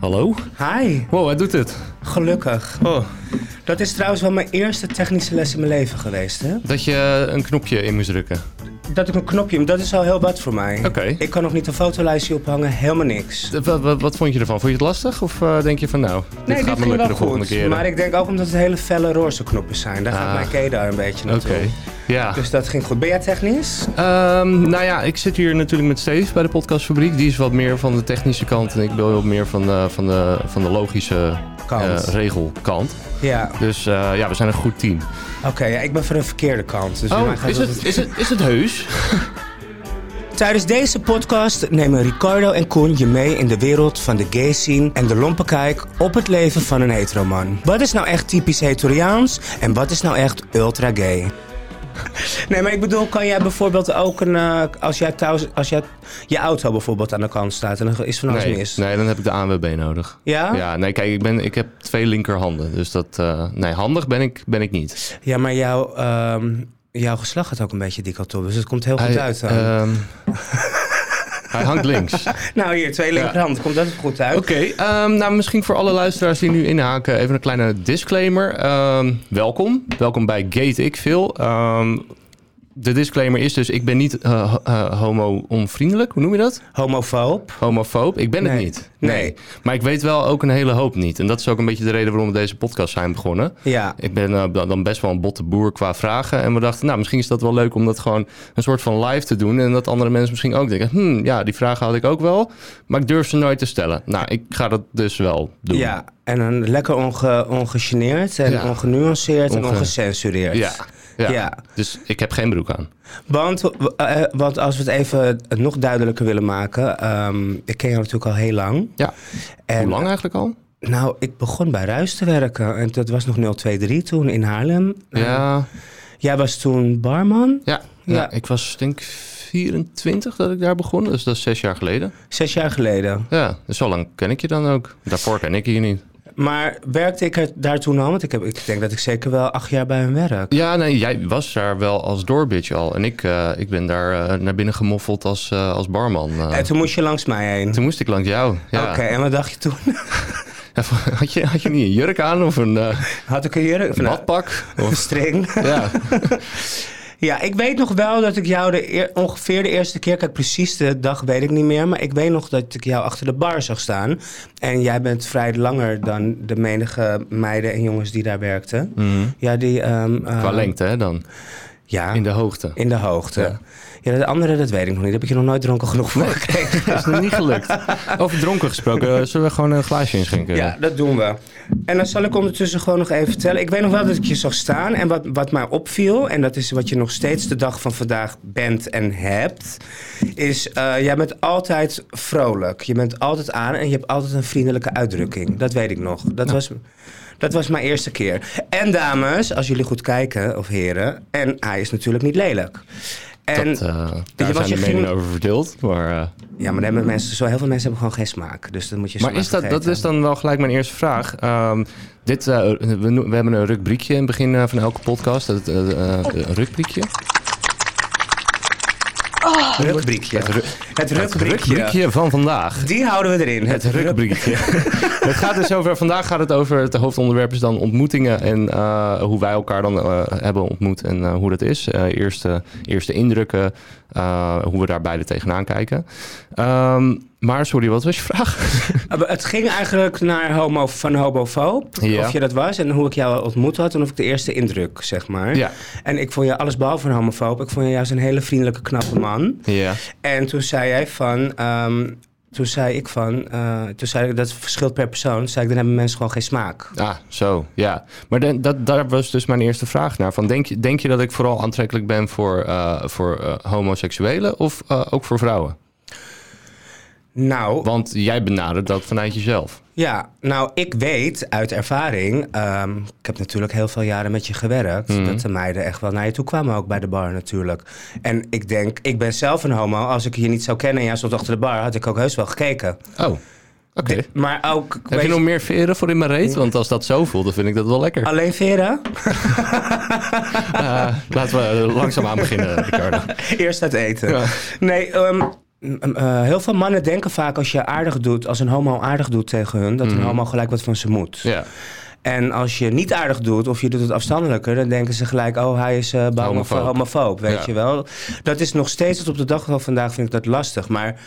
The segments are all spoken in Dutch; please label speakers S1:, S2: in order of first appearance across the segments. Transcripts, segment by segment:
S1: Hallo?
S2: Hi,
S1: Wow, hij doet het.
S2: gelukkig.
S1: Oh,
S2: Dat is trouwens wel mijn eerste technische les in mijn leven geweest, hè?
S1: dat je eh, een knopje in moest drukken.
S2: Dat ik een knopje, dat is al heel wat voor mij.
S1: Oké.
S2: Ik kan nog niet een fotolijstje ophangen, helemaal niks.
S1: Eh, Wat, wat, wat vond je ervan? Vond je het lastig? Of eh, denk je van nou, dit
S2: Nee,
S1: gaat
S2: dit
S1: me
S2: ging
S1: lukken de
S2: wel
S1: volgende
S2: goed.
S1: keer?
S2: Maar ik denk ook omdat het hele felle roze knopjes zijn. Daar
S1: Ah.
S2: gaat mijn keda een beetje
S1: Oké,
S2: naartoe.
S1: ja.
S2: Dus dat ging goed. Ben jij technisch?
S1: Ehm, nou ja, ik zit hier natuurlijk met Steve bij de podcastfabriek. Die is wat meer van de technische kant en ik ben wat meer van, eh, van, de, van de logische eh,
S2: Kant.
S1: regelkant.
S2: ja,
S1: Dus eh, ja, we zijn een goed team.
S2: oké. ja, ik ben van de verkeerde kant. Dus bij mij
S1: Oh,
S2: gaat
S1: is
S2: het-
S1: het, is, het, is het heus?
S2: Tijdens deze podcast nemen Ricardo en Koen je mee in de wereld van de gay scene en de lompe kijk op het leven van een heteroman. Wat is nou echt typisch hetoriaans en wat is nou echt ultra gay? Nee, maar ik bedoel, kan jij bijvoorbeeld ook een. eh, als jij thuis. Als jij, je auto bijvoorbeeld aan de kant staat en er is van alles
S1: nee,
S2: mis.
S1: nee, dan heb ik de ANWB nodig.
S2: Ja? ja?
S1: Ja, nee, kijk, ik, ben, ik heb twee linkerhanden. Dus dat. eh, nee, handig ben ik, ben ik niet.
S2: maar jouw. ehm, jouw geslacht gaat ook een beetje dichotom, dus het komt heel goed uit. dan.
S1: ehm, hij hangt links. Oké,
S2: nou, hier, twee linkerhand, komt dat goed uit?
S1: ehm, nou misschien voor alle luisteraars die nu inhaken, even een kleine disclaimer. Ehm, welkom. Welkom bij Gate Ik Veel. Ehm, de disclaimer is dus: ik ben niet eh, ho- eh, homo-onvriendelijk. Hoe noem je dat?
S2: Homofoob.
S1: Homofoob? Ik ben het
S2: Nee.
S1: niet.
S2: Nee.
S1: Maar ik weet wel ook een hele hoop niet. En dat is ook een beetje de reden waarom we deze podcast zijn begonnen.
S2: Ja.
S1: Ik ben eh, dan dan best wel een botte boer qua vragen. En we dachten, nou, misschien is dat wel leuk om dat gewoon een soort van live te doen. En dat andere mensen misschien ook denken, hmm, ja, die vragen had ik ook wel. Maar ik durf ze nooit te stellen. Nou, ik ga dat dus wel doen.
S2: Ja, en dan lekker onge, ongegeneerd en
S1: Ja.
S2: ongenuanceerd en
S1: Onge-
S2: ongecensureerd.
S1: Ja. Ja.
S2: Ja.
S1: Dus ik heb geen broek aan.
S2: Want, eh, eh, want als we het even nog duidelijker willen maken. ehm, ik ken jou natuurlijk al heel lang.
S1: Ja.
S2: En,
S1: Hoe lang eigenlijk al?
S2: Nou, ik begon bij Ruis te werken. En dat was nog 023 toen in Haarlem.
S1: Ja.
S2: Jij was toen barman.
S1: Ja.
S2: Ja.
S1: ja. ik was denk ik 24 dat ik daar begon. Dus dat is zes jaar geleden.
S2: Zes jaar geleden.
S1: Ja, dus zo lang ken ik je dan ook. Daarvoor ken ik je niet.
S2: Maar werkte ik er daar toen al? Want ik, heb, ik denk dat ik zeker wel acht jaar bij hem werk.
S1: Ja, nee, jij was daar wel als doorbitch al. En ik, eh, ik ben daar eh, naar binnen gemoffeld als, eh, als barman. eh.
S2: En toen moest je langs mij heen.
S1: toen moest ik langs jou. Ja.
S2: Oké, en wat dacht je toen?
S1: Had, je, had je niet een jurk aan of een eh,
S2: Had ik een jurk? of
S1: een
S2: een-
S1: badpak?
S2: Of een string?
S1: Ja.
S2: Ja, ik weet nog wel dat ik jou de eer- ongeveer de eerste keer, kijk precies de dag weet ik niet meer, maar ik weet nog dat ik jou achter de bar zag staan. En jij bent vrij langer dan de menige meiden en jongens die daar werkten.
S1: Mhm.
S2: Ja, die... ehm, eh,
S1: Qua lengte hè, dan,
S2: Ja,
S1: in de hoogte.
S2: in de hoogte. Ja.
S1: Ja.
S2: de andere dat weet ik nog niet. Daar heb ik je nog nooit dronken genoeg voor gekeken.
S1: Dat is nog niet gelukt. Over dronken gesproken, eh, zullen we gewoon een glaasje inschenken?
S2: Ja, dat doen we. En dan zal ik ondertussen gewoon nog even vertellen. Ik weet nog wel dat ik je zag staan. En wat, wat mij opviel, en dat is wat je nog steeds de dag van vandaag bent en hebt, is eh, jij bent altijd vrolijk. Je bent altijd aan en je hebt altijd een vriendelijke uitdrukking. Dat weet ik nog. Dat, was, dat was mijn eerste keer. En dames, als jullie goed kijken, of heren, en hij is natuurlijk niet lelijk. En,
S1: Dat, eh, daar
S2: was
S1: zijn de
S2: je
S1: meningen
S2: ging-
S1: over verdeeld. Maar, eh,
S2: ja, maar dan hebben mensen, zo heel veel mensen hebben gewoon geen smaak. Dus dan moet je ze
S1: maar is dat, dat
S2: vergeten.
S1: is dan wel gelijk mijn eerste vraag. Ehm, dit, eh, we, no- we hebben een rubriekje in het begin eh, van elke podcast. Dat, eh, eh, een rubriekje?
S2: Het rukbriekje.
S1: Het ru-
S2: Het rukbriekje.
S1: rubriekje van vandaag.
S2: Die houden we erin.
S1: Het rubriekje. het gaat dus over, vandaag gaat het over, het hoofdonderwerp is dan ontmoetingen en eh, hoe wij elkaar dan eh, hebben ontmoet en eh, hoe dat is. Eh, eerste, eerste indrukken, eh, hoe we daar beide tegenaan kijken. Ehm, maar sorry, wat was je vraag?
S2: Eh, maar Het ging eigenlijk naar homo, van homofoob,
S1: Ja.
S2: of je dat was en hoe ik jou ontmoet had en of ik de eerste indruk, zeg maar.
S1: Ja.
S2: En ik vond je alles behalve een homofoob. Ik vond je juist een hele vriendelijke, knappe man.
S1: Ja.
S2: En toen zei jij van, ehm, toen zei ik van, eh, toen zei ik dat verschilt per persoon. Toen zei ik, dan hebben mensen gewoon geen smaak.
S1: Ah, zo, ja. Maar dan- dat, daar was dus mijn eerste vraag naar. Van denk, je- denk je dat ik vooral aantrekkelijk ben voor, eh, voor eh, homoseksuelen of eh, ook voor vrouwen?
S2: Nou,
S1: Want jij benadert dat vanuit jezelf.
S2: Ja, nou, ik weet uit ervaring, ehm, ik heb natuurlijk heel veel jaren met je gewerkt,
S1: Mhm.
S2: dat de meiden echt wel naar je toe kwamen, ook bij de bar natuurlijk. En ik denk, ik ben zelf een homo, als ik je niet zou kennen en jij stond achter de bar, had ik ook heus wel gekeken.
S1: Oh, oké.
S2: Maar ook,
S1: Heb
S2: weet
S1: je nog meer veren voor in mijn reet? Want als dat zo voelt, dan vind ik dat wel lekker.
S2: alleen Vera?
S1: Eh, laten we langzaam aan beginnen, Ricardo.
S2: Eerst uit eten.
S1: Ja.
S2: Nee, ehm, eh, heel veel mannen denken vaak als je aardig doet, als een homo aardig doet tegen hun, dat een
S1: Mhm.
S2: homo gelijk wat van ze moet.
S1: Ja,
S2: En als je niet aardig doet of je doet het afstandelijker, dan denken ze gelijk, oh hij is eh bang
S1: Homofoob.
S2: homofoob. homofoob, weet
S1: Ja.
S2: je wel. Dat is nog steeds tot op de dag van vandaag vind ik dat lastig. Maar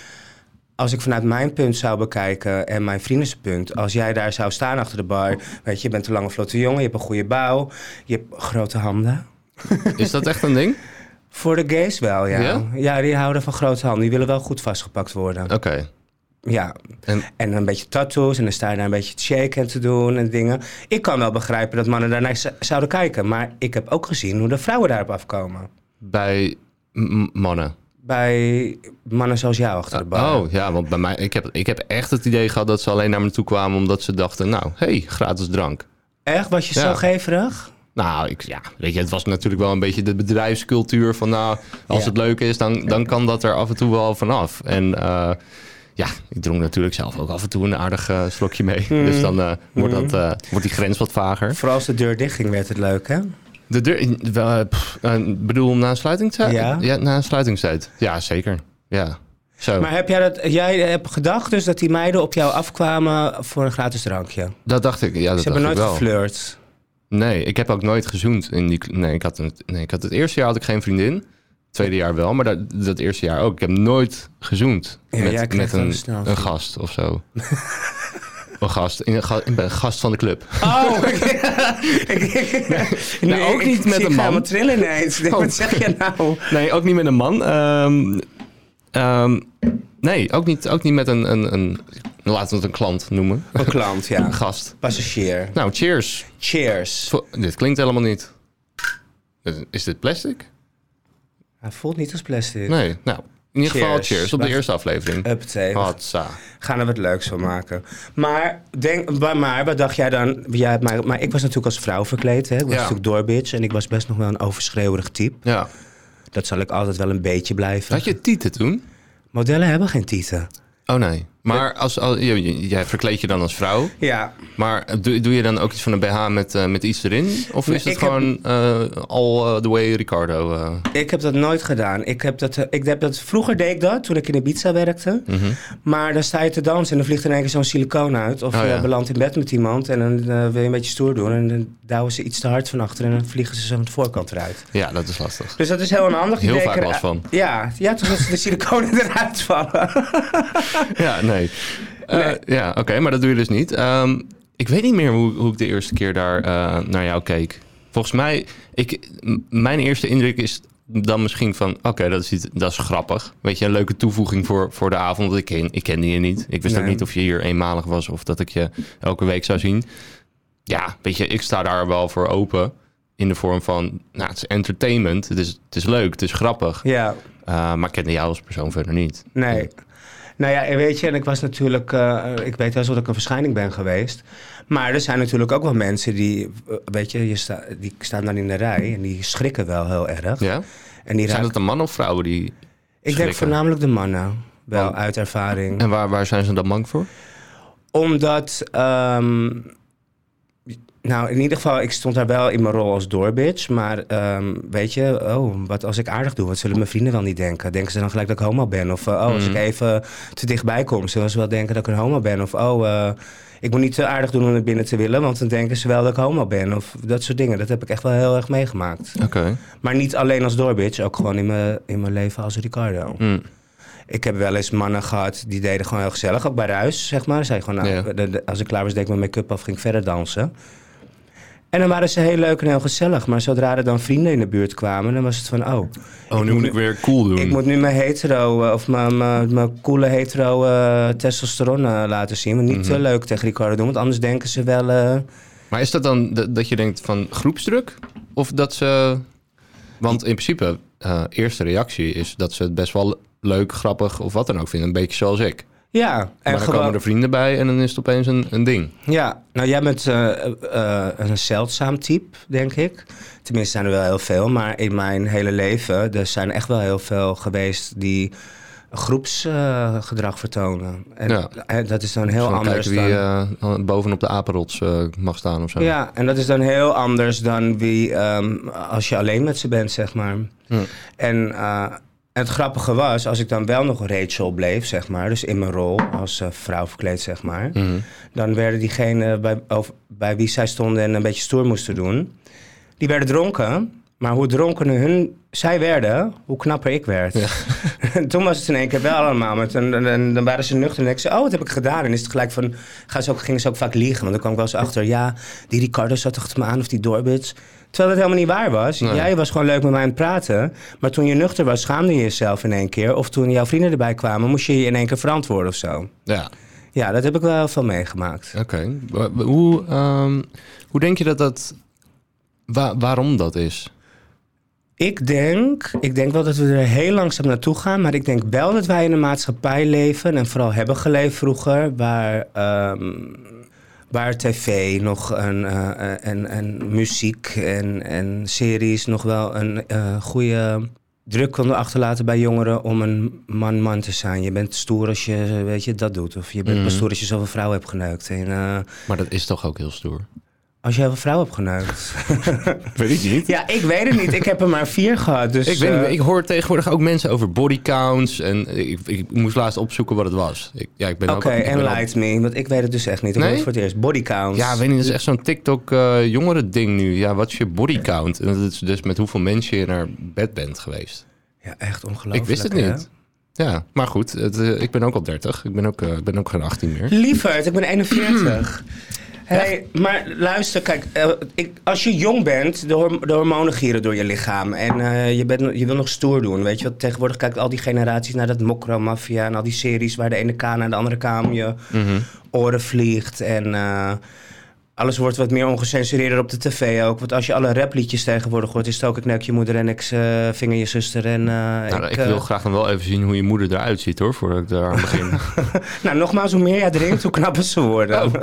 S2: als ik vanuit mijn punt zou bekijken en mijn vriendenpunt, als jij daar zou staan achter de bar, weet je, je bent een lange vlotte jongen, je hebt een goede bouw, je hebt grote handen.
S1: is dat echt een ding?
S2: Voor de gays wel, ja.
S1: Ja?
S2: Ja, die houden van grote handen. Die willen wel goed vastgepakt worden.
S1: Oké.
S2: Ja.
S1: En-
S2: En, een beetje tattoos en dan sta je daar een beetje te shaken te doen en dingen. Ik kan wel begrijpen dat mannen daarnaar z- zouden kijken. Maar ik heb ook gezien hoe de vrouwen daarop afkomen.
S1: Bij m- mannen.
S2: Bij mannen zoals jou achter de bar.
S1: Oh ja, want bij mij, ik heb, ik heb echt het idee gehad dat ze alleen naar me toe kwamen omdat ze dachten, nou, hey, gratis drank.
S2: Echt? Was je
S1: Ja.
S2: zo geverig?
S1: Nou, ik, ja, weet je, het was natuurlijk wel een beetje de bedrijfscultuur van, nou, als
S2: Ja.
S1: het leuk is, dan, dan kan dat er af en toe wel vanaf. En eh, ja, ik dronk natuurlijk zelf ook af en toe een aardig eh, slokje mee. Dus dan eh, wordt, dat, eh, wordt die grens wat vager.
S2: Vooral als de deur dichtging werd het leuk,
S1: Oh.
S2: hè?
S1: De deur, wel, eh, pff, eh, bedoel, na een sluitingstijd?
S2: Ja.
S1: na een sluitingstijd. Ja, zeker. Ja, zo.
S2: Maar heb jij, dat, jij hebt gedacht dus dat die meiden op jou afkwamen voor een gratis drankje?
S1: dat dacht ik, ja, dat
S2: Ze
S1: dacht
S2: hebben nooit
S1: ik wel.
S2: geflirt.
S1: Nee, ik heb ook nooit gezoend. In die, nee, ik had een, nee, ik had het eerste jaar had ik geen vriendin. Het tweede jaar wel, maar dat, dat eerste jaar ook. Ik heb nooit gezoend
S2: Ja, jij
S1: met,
S2: krijgt
S1: met
S2: wel
S1: een,
S2: snel
S1: een
S2: zoen.
S1: gast of zo. een gast. In, een ga- ik ben een gast van de club.
S2: Oh, nee,
S1: ook niet met
S2: ik,
S1: een
S2: Ik ga
S1: man.
S2: helemaal trillen ineens. Ik denk,
S1: Oh.
S2: Wat zeg je nou?
S1: Nee, ook niet met een man. Ehm, ehm, nee, ook niet, ook niet met een, een, een... Laten we het een klant noemen.
S2: Een klant, ja.
S1: Een gast.
S2: Passagier.
S1: Nou, cheers.
S2: Cheers.
S1: Vo- dit klinkt helemaal niet... Is dit plastic?
S2: Hij voelt niet als plastic.
S1: Nee, nou... In ieder geval
S2: Cheers. Eh,
S1: cheers op de
S2: Wacht.
S1: eerste aflevering.
S2: Uppatee, we
S1: Hatsa.
S2: gaan er wat leuks van maken. Maar, denk, maar, maar wat dacht jij dan? Jij hebt mij, maar ik was natuurlijk als vrouw verkleed. Hè? Ik was
S1: Ja.
S2: natuurlijk doorbitch. En ik was best nog wel een overschreeuwerig type.
S1: Ja.
S2: Dat zal ik altijd wel een beetje blijven.
S1: Had je tieten toen?
S2: Modellen hebben geen tieten.
S1: Oh nee. Maar als, als, je- je- jij verkleed je dan als vrouw.
S2: Ja,
S1: Maar doe, doe je dan ook iets van een BH met, eh, met iets erin? Of
S2: Nee,
S1: is het
S2: ik heb-
S1: gewoon eh, all eh, the way Ricardo? eh?
S2: ik heb dat nooit gedaan. Ik heb dat, eh, ik heb dat, vroeger deed ik dat, toen ik in Ibiza werkte.
S1: Mhm.
S2: Maar dan sta je te dansen en dan vliegt er in één keer zo'n silicoon uit. Of
S1: Oh,
S2: je
S1: ja.
S2: belandt in bed met iemand en dan eh, wil je een beetje stoer doen. En dan douwen ze iets te hard van achter en dan vliegen ze zo aan de voorkant eruit.
S1: Ja, dat is lastig.
S2: Dus dat is heel handig.
S1: Heel
S2: idee.
S1: vaak
S2: Ik-
S1: last van.
S2: Ja, ja toen ze de siliconen eruit vallen.
S1: Ja, nee. Eh,
S2: Nee.
S1: Ja, oké, maar dat doe je dus niet. Ehm, ik weet niet meer hoe, hoe ik de eerste keer daar eh, naar jou keek. Volgens mij, ik, m- mijn eerste indruk is dan misschien van... oké, dat, is iets- dat is grappig. Weet je, een leuke toevoeging voor, voor de avond. Want ik, ken, ik kende je niet. Ik wist ook
S2: Nee.
S1: niet of je hier eenmalig was... of dat ik je elke week zou zien. Ja, weet je, ik sta daar wel voor open... in de vorm van, nou, het is entertainment. Het is, het is leuk, het is grappig.
S2: Ja,
S1: Eh, maar ik kende jou als persoon verder niet.
S2: nee. Nou ja, en weet je, en ik was natuurlijk, eh, ik weet wel zo dat ik een verschijning ben geweest. Maar er zijn natuurlijk ook wel mensen die, eh, weet je, je sta, die staan dan in de rij en die schrikken wel heel erg.
S1: Ja?
S2: En
S1: Zijn
S2: die raken-
S1: dat de mannen of vrouwen die
S2: ik denk
S1: schrikken?
S2: voornamelijk de mannen, wel
S1: Oh.
S2: uit ervaring.
S1: En waar, waar zijn ze dan bang voor?
S2: Omdat, ehm, nou in ieder geval, ik stond daar wel in mijn rol als doorbitch. Maar ehm, weet je, oh, wat als ik aardig doe, wat zullen mijn vrienden wel niet denken? Denken ze dan gelijk dat ik homo ben? Of eh, oh, als
S1: Mm.
S2: ik even te dichtbij kom, zullen ze wel denken dat ik een homo ben? Of oh, eh, ik moet niet te aardig doen om naar binnen te willen, want dan denken ze wel dat ik homo ben. Of dat soort dingen. Dat heb ik echt wel heel erg meegemaakt.
S1: Oké.
S2: Maar niet alleen als doorbitch, ook gewoon in mijn, in mijn leven als Ricardo.
S1: Mm.
S2: Ik heb wel eens mannen gehad die deden gewoon heel gezellig, ook bij de huis, zeg maar. Zei gewoon, nou,
S1: Ja.
S2: de- de- als ik klaar was, deed ik mijn make-up af, ging ik verder dansen. En dan waren ze heel leuk en heel gezellig. Maar zodra er dan vrienden in de buurt kwamen, dan was het van, oh,
S1: Oh, nu moet ik weer cool doen.
S2: ik moet nu mijn hetero, eh, of mijn, mijn, mijn coole hetero eh, testosteron eh, laten zien. Maar niet
S1: Mhm.
S2: te leuk tegen Ricardo doen, want anders denken ze wel... eh,
S1: Maar is dat dan d- dat je denkt van groepsdruk? Of dat ze... Want in principe, eh, eerste reactie is dat ze het best wel leuk, grappig of wat dan ook vinden. Een beetje zoals ik.
S2: ja,
S1: Maar
S2: en
S1: dan komen er vrienden bij en dan is het opeens een, een ding.
S2: Ja, nou jij bent eh, eh, een zeldzaam type, denk ik. Tenminste zijn er wel heel veel, maar in mijn hele leven... er zijn echt wel heel veel geweest die groepsgedrag vertonen. En,
S1: Ja.
S2: en dat is dan heel
S1: Zo
S2: anders
S1: kijken
S2: dan...
S1: wie eh, bovenop de apenrots eh, mag staan of zo.
S2: Ja, en dat is dan heel anders dan wie ehm, als je alleen met ze bent, zeg maar.
S1: Hm.
S2: En, eh, En het grappige was, als ik dan wel nog Rachel bleef, zeg maar, dus in mijn rol als eh, vrouw verkleed, zeg maar, dan werden diegenen bij, of, bij wie zij stonden en een beetje stoer moesten doen, die werden dronken. Maar hoe dronkener hun, zij werden, hoe knapper ik werd. En toen was het in één keer wel allemaal. Maar toen, en- en- dan waren ze nuchter en ik zei, oh, wat heb ik gedaan? En is het gelijk van, gaan ze ook, gingen ze ook vaak liegen. Want dan kwam ik wel eens achter, ja, die Ricardo zat achter me aan of die Dorbits. Terwijl dat helemaal niet waar was.
S1: Nee.
S2: Jij was gewoon leuk met mij aan het praten. Maar toen je nuchter was, schaamde je jezelf in één keer. Of toen jouw vrienden erbij kwamen, moest je je in één keer verantwoorden of zo.
S1: Ja,
S2: Ja, dat heb ik wel heel veel meegemaakt.
S1: oké. Wa- wa- Hoe, ehm, hoe denk je dat dat... wa- waarom dat is?
S2: Ik denk, ik denk wel dat we er heel langzaam naartoe gaan. Maar ik denk wel dat wij in een maatschappij leven. En vooral hebben geleefd vroeger. Waar, ehm, waar tv nog een, eh, en, en muziek en, en series nog wel een eh, goede druk konden achterlaten bij jongeren. Om een man-man te zijn. Je bent stoer als je weet je, dat doet. Of je bent pas stoer als je zoveel vrouwen hebt geneukt. En eh,
S1: Maar dat is toch ook heel stoer?
S2: als je heel veel vrouwen hebt geneukt.
S1: Weet ik niet.
S2: ja, ik weet het niet. Ik heb er maar vier gehad. Dus,
S1: Ik, weet niet,
S2: eh,
S1: meer. ik hoor tegenwoordig ook mensen over bodycounts. En ik, ik moest laatst opzoeken wat het was. Ik, ja, ik ben ook-
S2: Oké,
S1: Nou, ik
S2: en
S1: ben ook-
S2: light me, want ik weet het dus echt niet. Ik hoor
S1: Nee?
S2: het voor het eerst. Bodycounts.
S1: Ja, weet niet, dat is echt zo'n TikTok eh jongeren ding nu. Ja, wat is je bodycount? En dat is dus met hoeveel mensen je naar bed bent geweest.
S2: Ja, echt ongelooflijk.
S1: ik wist het
S2: hè?
S1: niet. Ja, maar goed, het, eh, ik ben ook al 30. Ik ben ook, eh, ik ben ook geen 18 meer.
S2: Lieverd, ik ben 41. Hey, maar luister, kijk, eh, ik, als je jong bent, de, horm- de hormonen gieren door je lichaam. En eh, je, bent, je wil nog stoer doen, weet je. Want tegenwoordig kijkt al die generaties naar dat mokro maffia en al die series waar de ene kaan naar de andere kaam je
S1: Mhm.
S2: oren vliegt. En eh, alles wordt wat meer ongecensureerder op de tv ook. Want als je alle rapliedjes tegenwoordig hoort, is het ook ik neuk je moeder en ik eh, vinger je zuster. En, eh,
S1: Nou, ik,
S2: eh,
S1: wil graag dan wel even zien hoe je moeder eruit ziet hoor, voordat ik daar aan begin.
S2: nou, nogmaals, hoe meer jij drinkt, hoe knapper ze worden.
S1: Oh.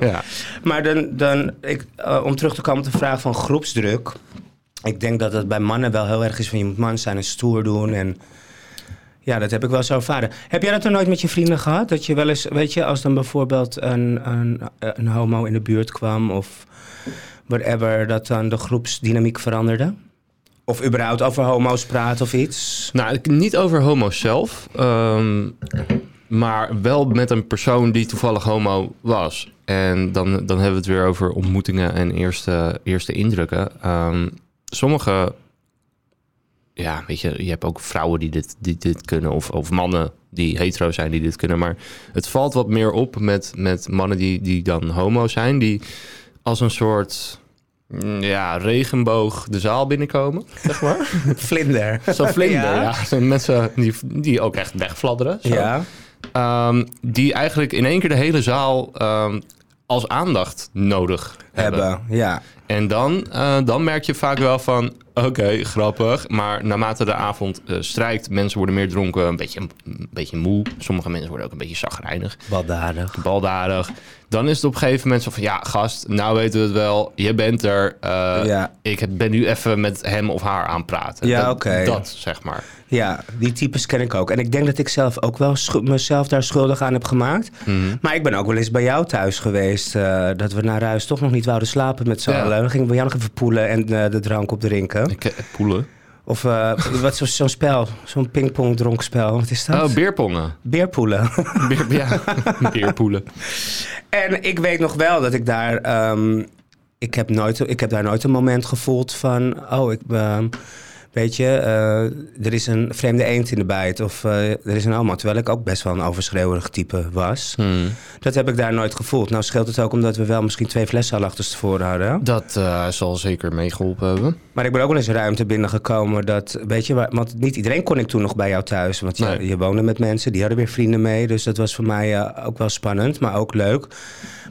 S1: ja.
S2: Maar dan, dan ik, eh, om terug te komen op de vraag van groepsdruk. Ik denk dat dat bij mannen wel heel erg is van je moet man zijn en stoer doen. En ja, dat heb ik wel zo ervaren. Heb jij dat dan nooit met je vrienden gehad? Dat je wel eens, weet je, als dan bijvoorbeeld een, een, een homo in de buurt kwam of whatever, dat dan de groepsdynamiek veranderde? Of überhaupt over homo's praten of iets?
S1: Nou, ik- niet over homo's zelf, ehm, maar wel met een persoon die toevallig homo was. En dan, dan hebben we het weer over ontmoetingen en eerste, eerste indrukken. Ehm, sommige, ja, weet je, je hebt ook vrouwen die dit, die dit kunnen, of, of mannen die hetero zijn die dit kunnen. Maar het valt wat meer op met, met mannen die, die dan homo zijn, die als een soort. mm, Ja, regenboog de zaal binnenkomen, zeg maar.
S2: Vlinder.
S1: Zo'n vlinder,
S2: Ja.
S1: ja. Zo'n mensen die, die ook echt wegfladderen. zo.
S2: Ja.
S1: Ehm, die eigenlijk in één keer de hele zaal ehm, als aandacht nodig hebben.
S2: Hebben, ja.
S1: En dan, eh, dan merk je vaak wel van, oké, grappig. Maar naarmate de avond eh, strijkt, mensen worden meer dronken, een beetje, een beetje moe. Sommige mensen worden ook een beetje zagrijnig,
S2: Baldadig.
S1: baldadig. Dan is het op een gegeven moment zo van, ja, gast, nou weten we het wel. Je bent er. eh,
S2: Ja.
S1: Ik heb- ben nu even met hem of haar aan het praten.
S2: Ja,
S1: Dat-
S2: oké.
S1: Dat, zeg maar.
S2: Ja, die types ken ik ook. En ik denk dat ik zelf ook wel schu- mezelf daar schuldig aan heb gemaakt.
S1: Mhm.
S2: Maar ik ben ook wel eens bij jou thuis geweest. eh, dat we naar huis toch nog niet wouden slapen met z'n
S1: Ja.
S2: allen. Dan gingen we bij jou nog even poelen en eh, de drank opdrinken.
S1: Ik, eh, poelen.
S2: Of eh, wat zo- zo'n spel, zo'n pingpong dronkspel. Wat is dat?
S1: Oh, beerpongen.
S2: Beerpoelen.
S1: Beer, ja, beerpoelen.
S2: En ik weet nog wel dat ik daar. ehm, ik, heb nooit, ik heb daar nooit een moment gevoeld van. Oh, ik. ehm, weet je, eh, er is een vreemde eend in de bijt. Of eh, er is een allemaal. Terwijl ik ook best wel een overschreeuwerig type was. Dat heb ik daar nooit gevoeld. Nou scheelt het ook omdat we wel misschien twee flessen al achter tevoren hadden.
S1: Dat eh, zal zeker meegeholpen hebben.
S2: Maar ik ben ook wel eens ruimte binnengekomen dat, weet je, waar- want niet iedereen kon ik toen nog bij jou thuis. Want ja,
S1: Nee.
S2: je woonde met mensen, die hadden weer vrienden mee. Dus dat was voor mij eh, ook wel spannend, maar ook leuk.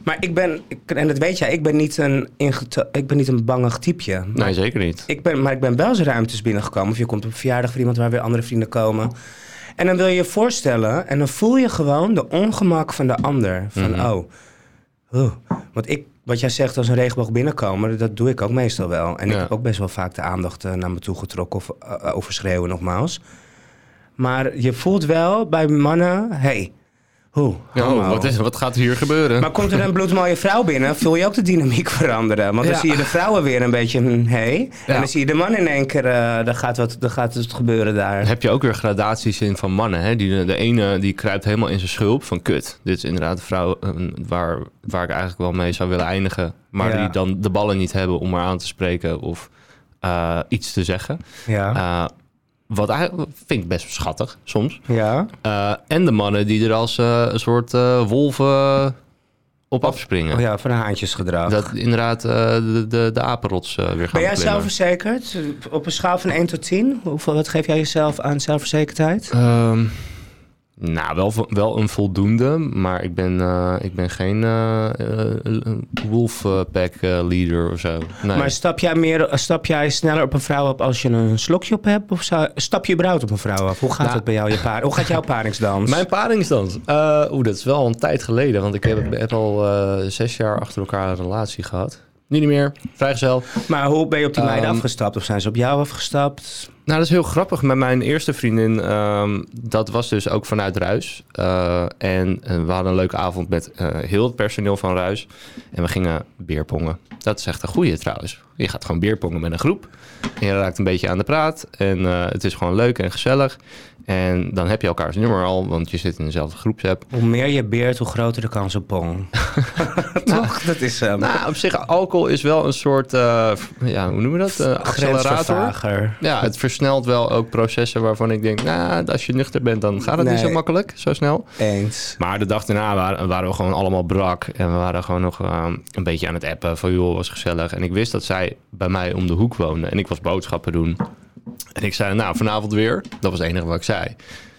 S2: Maar ik ben, ik- en dat weet jij, ik ben niet een, ingeto- ik ben niet een bangig typeje.
S1: Nee, zeker niet.
S2: Ik ben, maar ik ben wel eens ruimtes binnengekomen. Of je komt op een verjaardag van iemand waar weer andere vrienden komen. En dan wil je je voorstellen en dan voel je gewoon de ongemak van de ander. Van
S1: Mhm.
S2: oh, oeh. want ik, wat jij zegt als een regenboog binnenkomen, dat doe ik ook meestal wel. En ik
S1: Ja.
S2: heb ook best wel vaak de aandacht eh, naar me toe getrokken of eh, eh, overschreeuwen nogmaals. Maar je voelt wel bij mannen, hé, hey, Hoe?
S1: Oh,
S2: Hallo.
S1: wat, is, wat gaat hier gebeuren?
S2: Maar komt er een bloedmooie vrouw binnen, voel je ook de dynamiek veranderen. Want dan
S1: Ja.
S2: zie je de vrouwen weer een beetje, hm, hey.
S1: Ja.
S2: En dan zie je de man in één keer, eh dan gaat wat, dan gaat het gebeuren daar.
S1: Dan heb je ook weer gradaties in van mannen. Hè? Die, de ene die kruipt helemaal in zijn schulp van kut. Dit is inderdaad een vrouw eh, waar, waar ik eigenlijk wel mee zou willen eindigen. Maar
S2: Ja.
S1: die dan de ballen niet hebben om haar aan te spreken of eh, iets te zeggen.
S2: Ja.
S1: Eh, wat eigenlijk vind ik best schattig soms.
S2: ja.
S1: Eh, en de mannen die er als eh, een soort eh, wolven op afspringen.
S2: Oh ja, van haantjesgedrag.
S1: Dat inderdaad eh, de, de, de apenrots eh, weer gaan
S2: ben jij
S1: beklimmen.
S2: zelfverzekerd? Op een schaal van 1 tot 10? Hoeveel, wat geef jij jezelf aan zelfverzekerdheid?
S1: Ehm, nou, wel, vo- wel een voldoende, maar ik ben, eh, ik ben geen eh, wolfpack eh, leader of zo. Nee.
S2: Maar stap jij, meer, eh, stap jij sneller op een vrouw op als je een slokje op hebt? Of zou- stap je überhaupt op een vrouw af? Hoe gaat
S1: Nou.
S2: dat bij jou, je paar, hoe gaat jouw paringsdans?
S1: Mijn paringsdans? Eh Oeh, dat is wel een tijd geleden, want ik heb, heb al eh, zes jaar achter elkaar een relatie gehad. Nu niet meer, vrijgezel.
S2: Maar hoe ben je op die meiden
S1: Ehm,
S2: afgestapt? Of zijn ze op jou afgestapt?
S1: Nou, dat is heel grappig. Met mijn eerste vriendin, ehm, dat was dus ook vanuit Ruis. Eh, en eh, we hadden een leuke avond met eh, heel het personeel van Ruis. En we gingen beerpongen. Dat is echt een goeie trouwens. Je gaat gewoon beerpongen met een groep. En je raakt een beetje aan de praat. En eh, het is gewoon leuk en gezellig. En dan heb je elkaars nummer al, want je zit in dezelfde groepsapp.
S2: Hoe meer je beert, hoe groter de kans op pong. Toch? Dat is eh,
S1: Nou, op zich, alcohol is wel een soort, eh, ja, hoe noemen we dat? Eh, accelerator.
S2: grensvervager.
S1: Ja, het versnelt wel ook processen waarvan ik denk, nou, als je nuchter bent, dan gaat het niet
S2: Nee.
S1: zo makkelijk, zo snel.
S2: Eens.
S1: Maar de dag daarna waren, waren we gewoon allemaal brak en we waren gewoon nog ehm, een beetje aan het appen van joh, was gezellig. En ik wist dat zij bij mij om de hoek woonde en ik was boodschappen doen. En ik zei, nou, vanavond weer. Dat was het enige wat ik zei.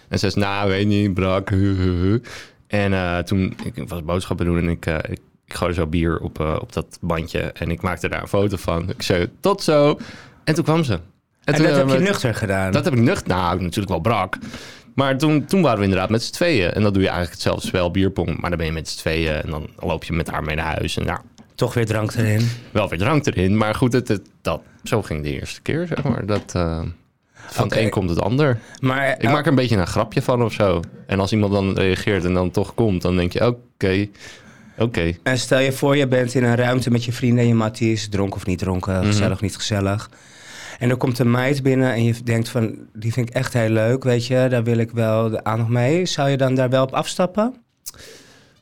S1: En ze zei, nou, weet niet, brak. hu, hu, hu." En eh, toen, ik was boodschappen doen en ik, eh ik, ik gooide zo bier op, eh, op dat bandje en ik maakte daar een foto van. Ik zei, tot zo. En toen kwam ze. En, toen
S2: En,
S1: eh,
S2: dat heb
S1: hebben
S2: je
S1: we-
S2: nuchter gedaan.
S1: dat heb ik nucht. Nou, natuurlijk wel brak. Maar toen, toen waren we inderdaad met z'n tweeën. En dan doe je eigenlijk hetzelfde spel, bierpong. Maar dan ben je met z'n tweeën en dan loop je met haar mee naar huis. En ja,
S2: Toch weer drank erin.
S1: wel weer drank erin. Maar goed, het, het- dat, zo ging de eerste keer, zeg maar. Dat, eh, van
S2: Oké.
S1: het een komt het ander.
S2: Maar
S1: Ik maak er een beetje een grapje van of zo. En als iemand dan reageert en dan toch komt, dan denk je, oké, oké.
S2: eh, En stel je voor, je bent in een ruimte met je vrienden en je matties, dronken of niet dronken,
S1: Mhm.
S2: gezellig of niet gezellig. En er komt een meid binnen en je denkt van, die vind ik echt heel leuk, weet je, daar wil ik wel de aandacht mee. Zou je dan daar wel op afstappen?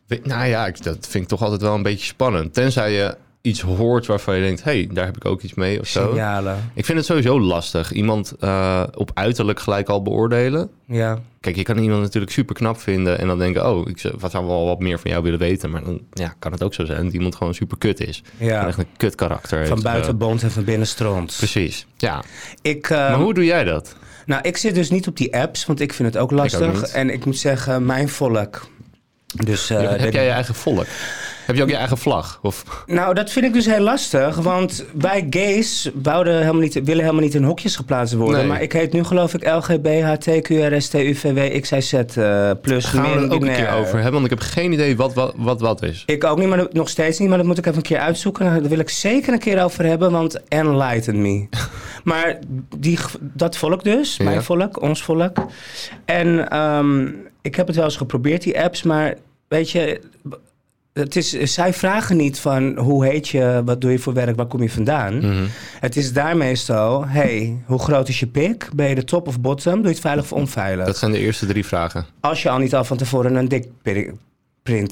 S1: We- Nou ja, ik, dat vind ik toch altijd wel een beetje spannend. Tenzij je iets hoort waarvan je denkt, hé, hey, daar heb ik ook iets mee of zo.
S2: Signalen.
S1: Ik vind het sowieso lastig. Iemand eh, op uiterlijk gelijk al beoordelen.
S2: Ja.
S1: Kijk, je kan iemand natuurlijk super knap vinden en dan denken, oh, ik zou- wat zou wel wat meer van jou willen weten. Maar dan ja, kan het ook zo zijn dat iemand gewoon super kut is. En
S2: ja.
S1: Echt een kut karakter. heeft.
S2: Van
S1: Eh,
S2: buiten bond en van binnen stront.
S1: precies. Ja.
S2: Ik, eh,
S1: maar hoe doe jij dat?
S2: Nou, ik zit dus niet op die apps, want ik vind het ook lastig.
S1: niet.
S2: en ik moet zeggen, mijn volk. Dus, eh,
S1: heb
S2: dit-
S1: jij je eigen volk? Heb je ook je eigen vlag? Of
S2: Nou, dat vind ik dus heel lastig. Want wij gays wouden helemaal niet, willen helemaal niet in hokjes geplaatst worden.
S1: Nee.
S2: Maar ik heet nu geloof ik LGBHTQRSTUVW XIZ eh plus
S1: gaan we
S2: min
S1: het ook een
S2: binair.
S1: keer over hebben? Want ik heb geen idee wat wat, wat, wat is.
S2: Ik ook niet, maar dat- nog steeds niet. Maar dat moet ik even een keer uitzoeken. Daar wil ik zeker een keer over hebben, want enlighten me. maar die, g- dat volk dus,
S1: Ja.
S2: mijn volk, ons volk. En ehm, ik heb het wel eens geprobeerd, die apps, maar weet je... b- Het is, zij vragen niet van hoe heet je, wat doe je voor werk, waar kom je vandaan.
S1: Hm.
S2: Het is daar meestal, hey, hoe groot is je pik? Ben je de top of bottom? Doe je het veilig of onveilig?
S1: Dat zijn de eerste drie vragen.
S2: Als je al niet al van tevoren een dik print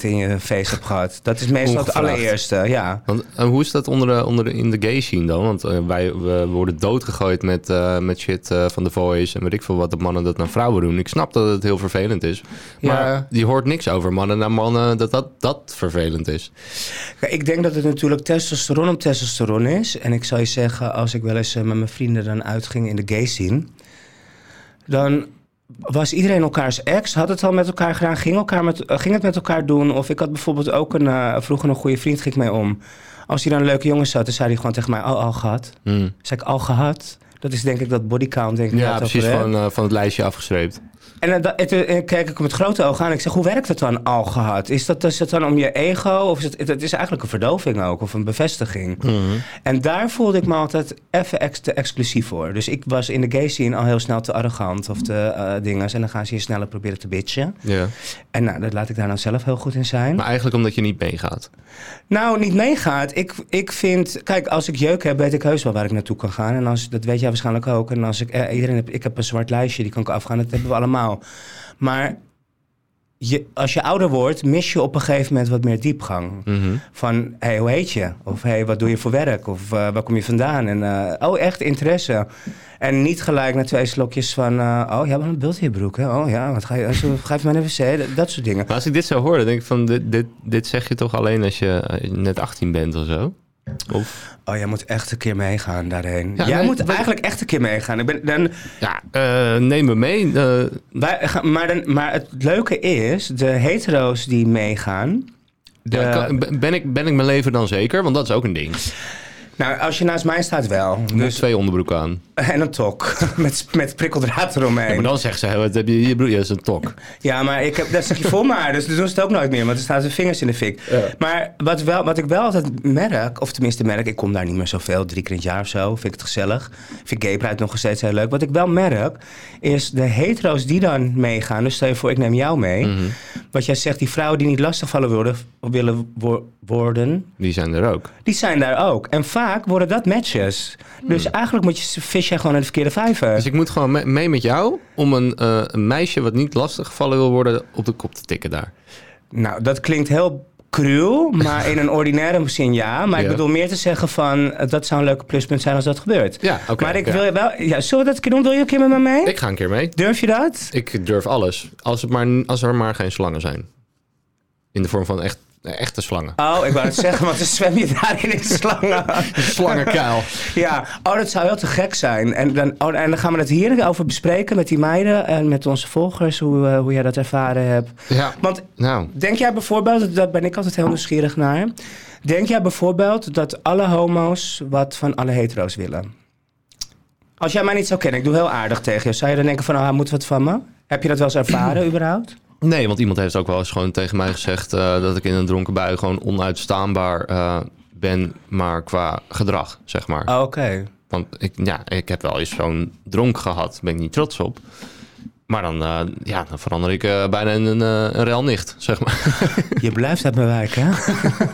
S2: in je face hebt gehad. Dat is meestal het
S1: Ongevraagd.
S2: allereerste, ja.
S1: Want, eh, hoe is dat onder de, onder de, in de gay scene dan? Want eh, wij we worden doodgegooid met, eh, met shit eh, van The Voice en weet ik veel wat de mannen dat naar vrouwen doen. Ik snap dat het heel vervelend is. Maar
S2: Ja.
S1: die hoort niks over mannen naar mannen dat dat, dat vervelend is.
S2: Kijk, Ik denk dat het natuurlijk testosteron op testosteron is. En ik zou je zeggen, als ik wel eens eh, met mijn vrienden dan uitging in de gay scene... dan was iedereen elkaars ex, had het al met elkaar gedaan, ging, elkaar met, eh, ging het met elkaar doen. Of ik had bijvoorbeeld ook een, eh, vroeger een goede vriend, ging ik mee om. Als hij dan een leuke jongen zat, dan zei hij gewoon tegen mij, "Oh, al, al gehad.
S1: Hmm.
S2: Zei ik, al gehad? Dat is denk ik dat bodycount, denk ik.
S1: Ja,
S2: dat
S1: precies
S2: over, hè?
S1: van, eh, van het lijstje afgestreept.
S2: En eh, dat- en toen eh, keek ik hem met grote ogen aan. Ik zeg, hoe werkt dat dan al gehad? Is dat, is dat dan om je ego? Of is het, dat is eigenlijk een verdoving ook, of een
S1: Hm.
S2: bevestiging. En daar voelde ik me altijd even ex- te exclusief voor. Dus ik was in de gay scene al heel snel te arrogant of te eh dingen. En dan gaan ze je sneller proberen te bitchen.
S1: Ja.
S2: En nou, dat laat ik daar nou zelf heel goed in zijn.
S1: Maar eigenlijk omdat je niet meegaat.
S2: Nou, niet meegaat. Ik, ik vind, kijk, als ik jeuk heb, weet ik heus wel waar ik naartoe kan gaan. En als, dat weet jij waarschijnlijk ook. En als ik, eh, iedereen heb, ik heb een zwart lijstje, die kan ik afgaan. Dat hebben we allemaal. Maar je, als je ouder wordt, mis je op een gegeven moment wat meer diepgang. Van, hé, hey, hoe heet je? Of, hé, hey, wat doe je voor werk? Of, eh, waar kom je vandaan? En, eh, oh, echt interesse. En niet gelijk na twee slokjes van, eh, oh, jij hebt een bult in je broek, hè? Oh ja, wat ga je, ga je naar de wc? Dat, dat soort dingen.
S1: Maar als ik dit zou horen, dan denk ik van, dit, dit, dit zeg je toch alleen als je eh, net 18 bent of zo? Of,
S2: Oh, jij moet echt een keer meegaan daarheen.
S1: Ja,
S2: jij
S1: nee,
S2: moet
S1: wij-
S2: eigenlijk echt een keer meegaan. Ik ben, dan,
S1: ja, eh, neem me mee. eh,
S2: wij gaan- maar, dan, maar het leuke is, de hetero's die meegaan. de-
S1: ja, kan- ben- ben, ik, ben ik mijn leven dan zeker? Want dat is ook een ding.
S2: nou, als je naast mij staat wel.
S1: Dus
S2: Dus,
S1: twee onderbroeken aan.
S2: en een tok. Met, met prikkeldraad eromheen. Ja,
S1: Maar
S2: maar,
S1: dan zegt ze, hè, wat heb je in je broek? Ja, dat is een tok.
S2: ik heb, dat zeg je voor maar. Dus dat doen ze het ook nooit meer. Want er staan zijn vingers in de fik. Maar wat, wel, wat ik wel altijd merk, of tenminste merk, ik kom daar niet meer zoveel, drie keer in het jaar of zo, vind ik het gezellig. Vind ik gay pride nog steeds heel leuk. Wat ik wel merk, is de hetero's die dan meegaan, dus stel je voor ik neem jou mee. Wat jij zegt, die vrouwen die niet lastigvallen worden, willen wo- worden,
S1: Die zijn er ook.
S2: die zijn daar ook. En vaak worden dat matches. Dus eigenlijk moet je, vis jij gewoon in de verkeerde vijver.
S1: Dus ik moet gewoon me- mee met jou om een, eh, een meisje wat niet lastig gevallen wil worden op de kop te tikken daar.
S2: Nou, dat klinkt heel cruel, maar in een ordinaire zin ja. Maar
S1: Ja.
S2: ik bedoel meer te zeggen van, eh, dat zou een leuke pluspunt zijn als dat gebeurt.
S1: Ja, oké,
S2: maar ik
S1: ja.
S2: wil je wel, ja, zullen we dat een keer doen? Wil je een keer met me mee?
S1: Ik ga een keer mee.
S2: Durf je dat?
S1: Ik durf alles. Als, het maar, als er maar geen slangen zijn. In de vorm van echt, eh, echte slangen.
S2: Oh, ik wou het zeggen, want dan zwem je daarin in slangen.
S1: Slangenkuil.
S2: Ja, oh, dat zou wel te gek zijn. En dan, oh, en dan gaan we het hier over bespreken met die meiden en met onze volgers, hoe, eh, hoe jij dat ervaren hebt.
S1: Ja.
S2: Want
S1: Nou,
S2: Denk jij bijvoorbeeld, daar ben ik altijd heel nieuwsgierig naar. Denk jij bijvoorbeeld dat alle homo's wat van alle hetero's willen? Als jij mij niet zou kennen, ik doe heel aardig tegen je. Zou je dan denken van, ah, hij moet wat van me? Heb je dat wel eens ervaren überhaupt?
S1: nee, want iemand heeft ook wel eens gewoon tegen mij gezegd eh, dat ik in een dronken bui gewoon onuitstaanbaar eh, ben, maar qua gedrag, zeg maar.
S2: Ah, Oké.
S1: Want ik, ja, ik heb wel eens zo'n dronk gehad, ben ik niet trots op. Maar dan, eh, ja, dan verander ik eh, bijna in een, eh, een rel nicht, zeg maar.
S2: Je blijft uit mijn wijk, hè?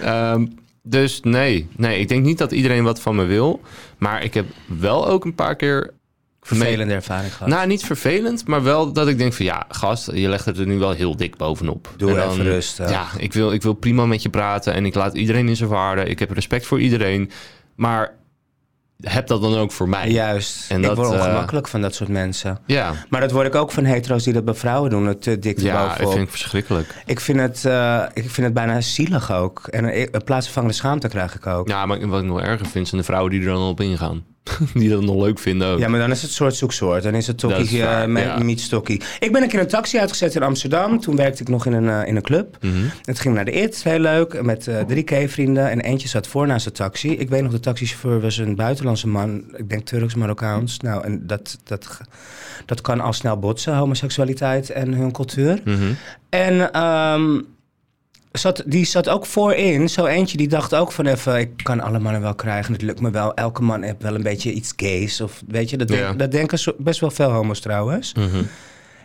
S1: Ehm, dus nee, nee, ik denk niet dat iedereen wat van me wil. Maar ik heb wel ook een paar keer...
S2: Vervelende ervaring gehad.
S1: Nou, niet vervelend, maar wel dat ik denk van... ja, gast, je legt het er nu wel heel dik bovenop.
S2: Doe
S1: En
S2: even rustig.
S1: Ja, ik wil, ik wil prima met je praten en ik laat iedereen in zijn waarde. Ik heb respect voor iedereen, maar heb dat dan ook voor mij.
S2: Nou, Juist.
S1: En
S2: ik
S1: dat,
S2: word
S1: eh,
S2: ongemakkelijk van dat soort mensen.
S1: ja,
S2: Maar dat word ik ook van hetero's die dat bij vrouwen doen. Het te dik
S1: ja ik
S2: bovenop.
S1: vind het verschrikkelijk.
S2: Ik, vind het, eh, ik vind het bijna zielig ook. En eh, een plaatsvervangende schaamte krijg ik ook.
S1: Ja, maar wat ik nog erger vind, zijn de vrouwen die er dan op ingaan. die dat nog leuk vinden ook.
S2: Ja, maar dan is het soort zoeksoort. Dan is het
S1: Dat is
S2: tokkie,
S1: waar,
S2: eh, me-
S1: ja.
S2: niet tokkie. Ik ben een keer een taxi uitgezet in Amsterdam. Toen werkte ik nog in een, eh, in een club.
S1: Mhm.
S2: En toen gingen we naar de IT, heel leuk. Met eh, drie K-vrienden. En eentje zat voor naast de taxi. Ik weet nog, de taxichauffeur was een buitenlandse man. Ik denk Turks, Marokkaans. Nou, en dat, dat, ge- dat kan al snel botsen, homoseksualiteit en hun cultuur.
S1: Mhm.
S2: En ehm, zat, die zat ook voorin. Zo eentje die dacht ook van even, ik kan alle mannen wel krijgen. Het lukt me wel. Elke man heeft wel een beetje iets gays. Of weet je, dat, denk-
S1: Ja.
S2: dat denken zo- best wel veel homo's trouwens.
S1: Mhm.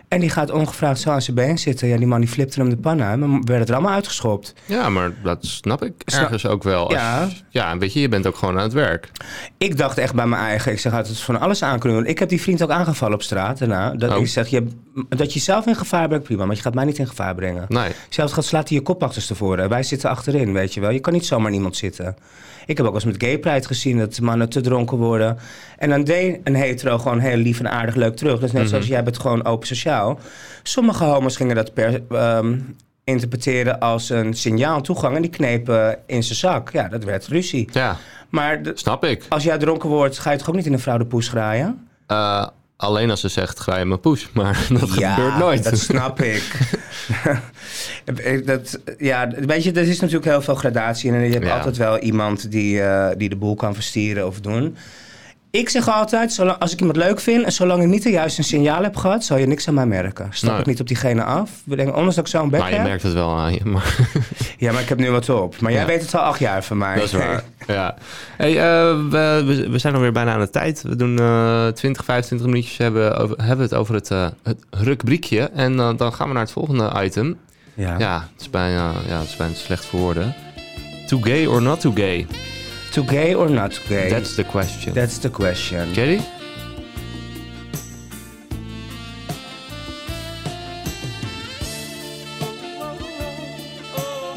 S2: En die gaat ongevraagd zo aan zijn been zitten. Ja, die man die flipte hem de pan uit. Maar werden er allemaal uitgeschopt.
S1: Ja, maar dat snap ik
S2: Snap-
S1: ergens ook wel. Als-
S2: Ja.
S1: ja, weet je, je bent ook gewoon aan het werk.
S2: Ik dacht echt bij mijn eigen. Ik zeg, had het van alles aan kunnen doen. Ik heb die vriend ook aangevallen op straat daarna. Dat
S1: Oh.
S2: ik zeg, je, dat je zelf in gevaar brengt, prima. Maar je gaat mij niet in gevaar brengen.
S1: Nee.
S2: Zelfs gaat slaat hij je kop achterstevoren. Wij zitten achterin, weet je wel. Je kan niet zomaar niemand zitten. Ik heb ook wel eens met gay pride gezien dat mannen te dronken worden. En dan deed een hetero gewoon heel lief en aardig leuk terug. Dus net zoals jij bent gewoon open sociaal. Sommige homo's gingen dat per, ehm, interpreteren als een signaal aan toegang. En die knepen in zijn zak. Ja, dat werd ruzie.
S1: Ja,
S2: Maar de-
S1: snap ik.
S2: als jij dronken wordt, ga je toch ook niet in een vrouw de poes graaien?
S1: Eh, alleen als ze zegt, ga je me poes. Maar dat gebeurt nooit.
S2: dat snap ik. dat, ja, weet je, er is natuurlijk heel veel gradatie in. En je hebt
S1: Ja.
S2: altijd wel iemand die, eh, die de boel kan verstieren of doen. Ik zeg altijd, zolang, als ik iemand leuk vind... en zolang ik niet de juiste signaal heb gehad... zal je niks aan mij merken. Stap
S1: Nee.
S2: ik niet op diegene af. We denken, ondanks dat ik zo'n bek
S1: Maar je
S2: heb...
S1: merkt het wel aan je. Maar
S2: Ja, maar ik heb nu wat op. Maar jij
S1: Ja.
S2: weet het al acht jaar van mij.
S1: dat is waar. Ja. Hey, eh, we, we- we zijn alweer bijna aan de tijd. We doen eh 20, 25 minuutjes. Hebben, over, hebben we het over het, eh het rubriekje. En eh, dan gaan we naar het volgende item.
S2: Ja.
S1: Ja, het is bijna, ja, het is bijna slecht voor woorden. Too gay or not too gay?
S2: To gay or not to gay?
S1: That's the question.
S2: That's the question.
S1: Jerry?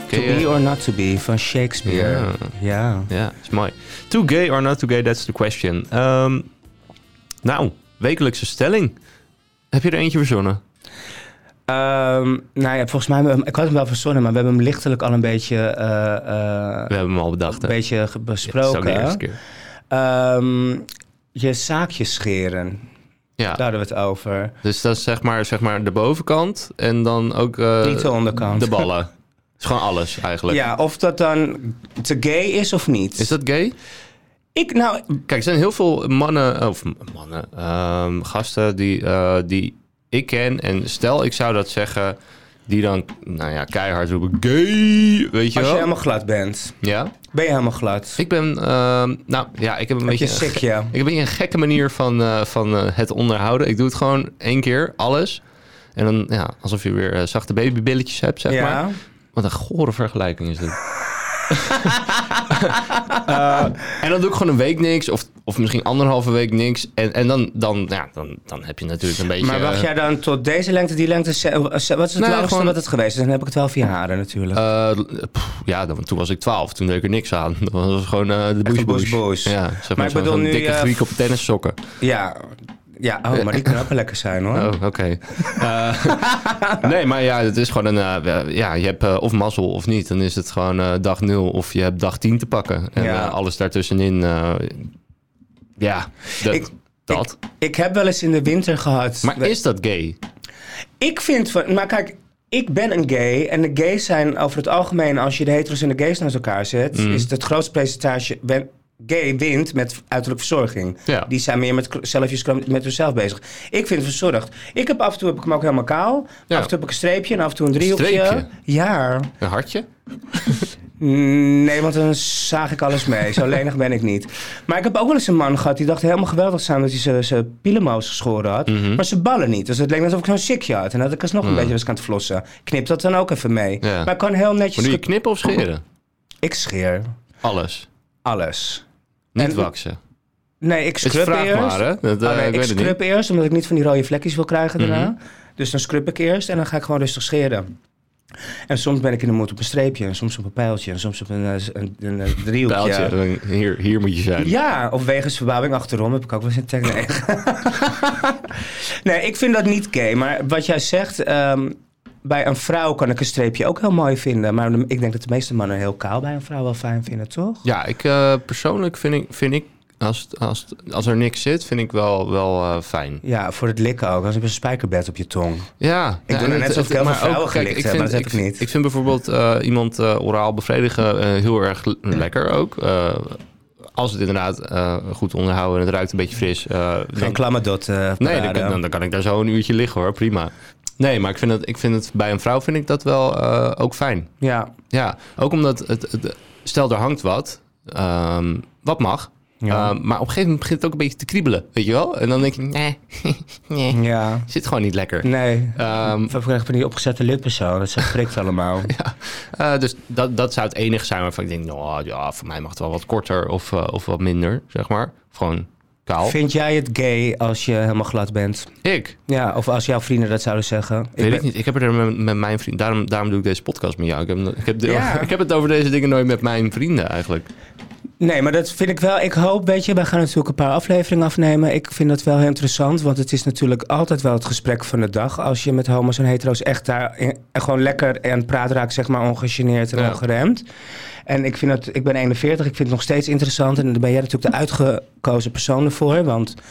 S2: To be or not to be van Shakespeare.
S1: Ja.
S2: Ja.
S1: Ja, is mooi. Too gay or not too gay, that's the question. Ehm, nou, wekelijkse stelling. Heb je er eentje verzonnen?
S2: Ehm, nou ja, volgens mij, hebben we hem- ik had hem wel verzonnen, maar we hebben hem lichtelijk al een beetje, eh, eh,
S1: We hebben hem al bedacht.
S2: een
S1: hè?
S2: beetje ge-
S1: Ja, dat is ook de
S2: besproken.
S1: eerste keer.
S2: Ehm, je zaakjes scheren, daar
S1: Ja,
S2: hadden we het over.
S1: dus dat is zeg maar, zeg maar de bovenkant en dan ook eh,
S2: Niet de onderkant.
S1: de ballen. Het is gewoon alles eigenlijk.
S2: Ja, of dat dan te gay is of niet.
S1: Is dat gay?
S2: Ik, nou,
S1: Kijk, er zijn heel veel mannen, eh, of mannen, ehm, gasten die, eh, die ik ken. En stel, ik zou dat zeggen, die dan, nou ja, keihard roepen, gay, weet je
S2: als je
S1: wel.
S2: helemaal glad bent,
S1: Ja,
S2: ben je helemaal glad.
S1: ik ben, ehm, nou ja, ik heb een
S2: Heb je
S1: beetje...
S2: sick, ja.
S1: ik heb een beetje een gekke manier van, eh, van eh, het onderhouden. Ik doe het gewoon één keer, alles. En dan, ja, alsof je weer eh, zachte babybilletjes hebt, zeg maar.
S2: Ja.
S1: Wat een gore vergelijking is dit. Eh, en dan doe ik gewoon een week niks, of, of misschien anderhalve week niks. En, en dan, dan, ja, dan, dan heb je natuurlijk een beetje.
S2: Maar wacht jij dan tot deze lengte, die lengte? ze- eh, Wat is het langste
S1: gewoon-
S2: wat het geweest is? Dan heb ik het wel via haren natuurlijk.
S1: eh, pff, ja, dan, toen was ik 12, toen deed ik er niks aan. Dat was gewoon eh, de bush
S2: een
S1: bush.
S2: bush-bush.
S1: Ja, zeg maar,
S2: Maar ik
S1: zo'n-
S2: bedoel
S1: zo'n
S2: nu,
S1: dikke
S2: eh,
S1: Griek op tennissokken.
S2: ja. ja, oh, maar die kan ook wel lekker zijn hoor.
S1: Eh, Oh, oké. Eh, nee, maar ja, het is gewoon een... eh, ja, je hebt eh, of mazzel of niet. Dan is het gewoon eh, dag nul of je hebt dag tien te pakken. En
S2: Ja.
S1: eh, alles daartussenin... eh, ja, dat-
S2: Ik-
S1: dat.
S2: Ik, ik heb wel eens in de winter gehad.
S1: maar
S2: We-
S1: is dat gay?
S2: Ik vind van. Maar kijk, ik ben een gay. En de gays zijn over het algemeen, als je de hetero's en de gays naast elkaar zet,
S1: Mm.
S2: is het, het grootste percentage. Ben, gay wint met uiterlijke verzorging.
S1: Ja.
S2: Die zijn meer met k- zelfjes kram- met zichzelf bezig. Ik vind het verzorgd. Ik heb af en toe heb ik hem ook helemaal kaal.
S1: Ja.
S2: Af en toe heb ik een streepje en af en toe een driehoekje.
S1: Streepje?
S2: Ja.
S1: Een hartje?
S2: Nee, want dan zaag ik alles mee. Zo lenig ben ik niet. Maar ik heb ook wel eens een man gehad die dacht helemaal geweldig samen dat hij zijn- zijn pielenmoos geschoren had.
S1: Mhm.
S2: Maar zijn ballen niet. Dus het leek net alsof ik zo'n sikje had. En dat ik alsnog een beetje was aan het flossen. Knip dat dan ook even mee.
S1: Ja.
S2: Maar ik kan heel netjes...
S1: Maar doe je
S2: ge-
S1: knippen of scheren?
S2: Ik scheer
S1: Alles.
S2: alles.
S1: Niet
S2: En-
S1: waksen.
S2: Nee, ik
S1: Is
S2: scrub
S1: vraag
S2: eerst.
S1: maar, hè? Dat, eh,
S2: Oh, nee,
S1: ik weet het
S2: ik
S1: niet. Mhm.
S2: scrub eerst, omdat ik niet van die rode vlekjes wil krijgen daarna. Dus dan scrub ik eerst en dan ga ik gewoon rustig scheren. En soms ben ik in de moed op een streepje, en soms op een pijltje, en soms op een, eh, een, een, een driehoekje.
S1: Pijltje, dan- hier, hier moet je zijn.
S2: Ja, of wegens verbouwing achterom heb ik ook wel eens een tag. Nee. nee, ik vind dat niet gay. Maar wat jij zegt, ehm, bij een vrouw kan ik een streepje ook heel mooi vinden. Maar de- ik denk dat de meeste mannen heel kaal bij een vrouw wel fijn vinden, toch?
S1: Ja, ik eh, persoonlijk vind ik... Vind ik als, het- als, het- als er niks zit, vind ik wel, wel eh, fijn.
S2: Ja, voor het likken ook. Als ik een spijkerbed op je tong.
S1: Ja,
S2: Ik doe nou
S1: en het-
S2: net alsof
S1: het-
S2: ik heel
S1: maar
S2: veel vrouwen
S1: ook, kijk,
S2: gelikt heb, maar dat heb ik niet.
S1: Ik vind bijvoorbeeld eh, iemand eh, oraal bevredigen eh, heel erg l- lekker ook. Eh, als het inderdaad eh, goed onderhouden en het ruikt een beetje fris. eh,
S2: Geen
S1: dan,
S2: klamme dot. eh,
S1: nee, dan,
S2: parade.
S1: dan, dan kan ik daar zo een uurtje liggen hoor, prima. Nee, maar ik vind, dat, ik vind het bij een vrouw vind ik dat wel eh, ook fijn.
S2: Ja.
S1: Ja, ook omdat het, het- stel er hangt wat, ehm, wat mag.
S2: Ja.
S1: Ehm, maar op een gegeven moment begint het ook een beetje te kriebelen, weet je wel? En dan denk je, nee, nee,
S2: ja.
S1: zit gewoon niet lekker.
S2: Nee.
S1: Ehm,
S2: Of krijg van die opgezette lippen zo. Dat ze prikt allemaal.
S1: Eh, dus dat, dat zou het enige zijn waarvan ik denk, nou ja, voor mij mag het wel wat korter of, eh, of wat minder, zeg maar. Of gewoon kaal.
S2: Vind jij het gay als je helemaal glad bent?
S1: Ik?
S2: Ja, of als jouw vrienden dat zouden zeggen. Ik
S1: Weet ik,
S2: ben-
S1: niet. Ik heb het er met, met mijn vrienden, daarom, daarom doe ik deze podcast met jou. Ik heb, ik, heb de-
S2: Ja.
S1: ik heb het over deze dingen nooit met mijn vrienden eigenlijk.
S2: Nee, maar dat vind ik wel. Ik hoop, weet je, wij gaan natuurlijk een paar afleveringen afnemen. Ik vind dat wel heel interessant, want het is natuurlijk altijd wel het gesprek van de dag. Als je met homo's en hetero's echt daar in- gewoon lekker aan het praat raakt, zeg maar ongegeneerd en
S1: Ja.
S2: ongeremd. En ik vind dat, ik ben 41, ik vind het nog steeds interessant. En daar ben jij natuurlijk de uitgekozen persoon voor, want nou,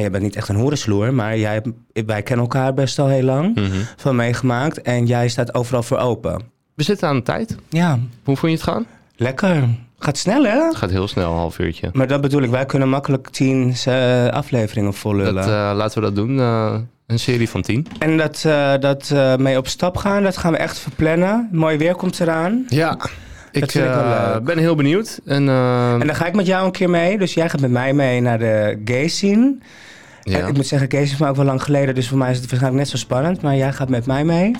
S2: jij bent niet echt een horensloer, maar jij, hebt- wij kennen elkaar best al heel
S1: Hm.
S2: lang van meegemaakt. En jij staat overal voor open.
S1: We zitten aan de tijd.
S2: Ja,
S1: Hoe vond je het gaan?
S2: lekker. Gaat snel, hè?
S1: Het gaat heel snel, een half uurtje.
S2: Maar dat bedoel ik, wij kunnen makkelijk tien eh, afleveringen
S1: Dat,
S2: volullen.
S1: eh, laten we dat doen. eh, een serie van tien.
S2: En dat, eh, dat eh, mee op stap gaan, dat gaan we echt verplannen. Mooi weer komt eraan.
S1: Ja, ik,
S2: vind ik wel
S1: eh,
S2: leuk.
S1: ben heel benieuwd. En, eh,
S2: En dan ga ik met jou een keer mee. Dus jij gaat met mij mee naar de gay scene. En
S1: ja.
S2: ik moet zeggen, gay scene is maar ook wel lang geleden. Dus voor mij is het waarschijnlijk net zo spannend. Maar jij gaat met mij mee.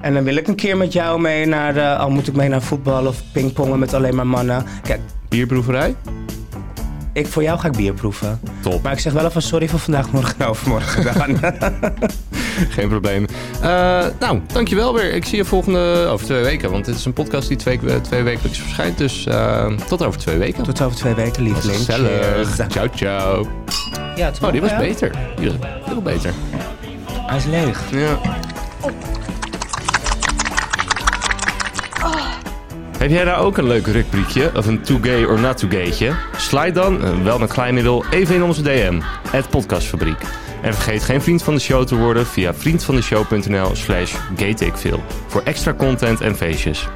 S2: En dan wil ik een keer met jou mee naar... De, al moet ik mee naar voetbal of pingpongen met alleen maar mannen. Kijk,
S1: Bierproeverij?
S2: ik, voor jou ga ik bier proeven.
S1: Top.
S2: Maar ik zeg wel even sorry voor vandaag, morgen en overmorgen gedaan.
S1: Geen probleem. Eh, nou, dankjewel weer. Ik zie je volgende over twee weken. Want dit is een podcast die twee, eh, twee wekelijks verschijnt. Dus eh, tot over twee weken.
S2: Tot over twee weken, lieveling.
S1: Gezellig.
S2: Cheers.
S1: Ciao, ciao.
S2: Ja, het
S1: Oh, die was
S2: ja.
S1: beter. Die was veel beter.
S2: Hij is leeg.
S1: Ja. Heb jij daar ook een leuk rubriekje of een too gay or not too gaytje? Slijt dan, eh, wel met klein middel, even in onze DM, het podcastfabriek. En vergeet geen vriend van de show te worden via vriendvandeshow.nl slash gaytakefeel voor extra content en feestjes.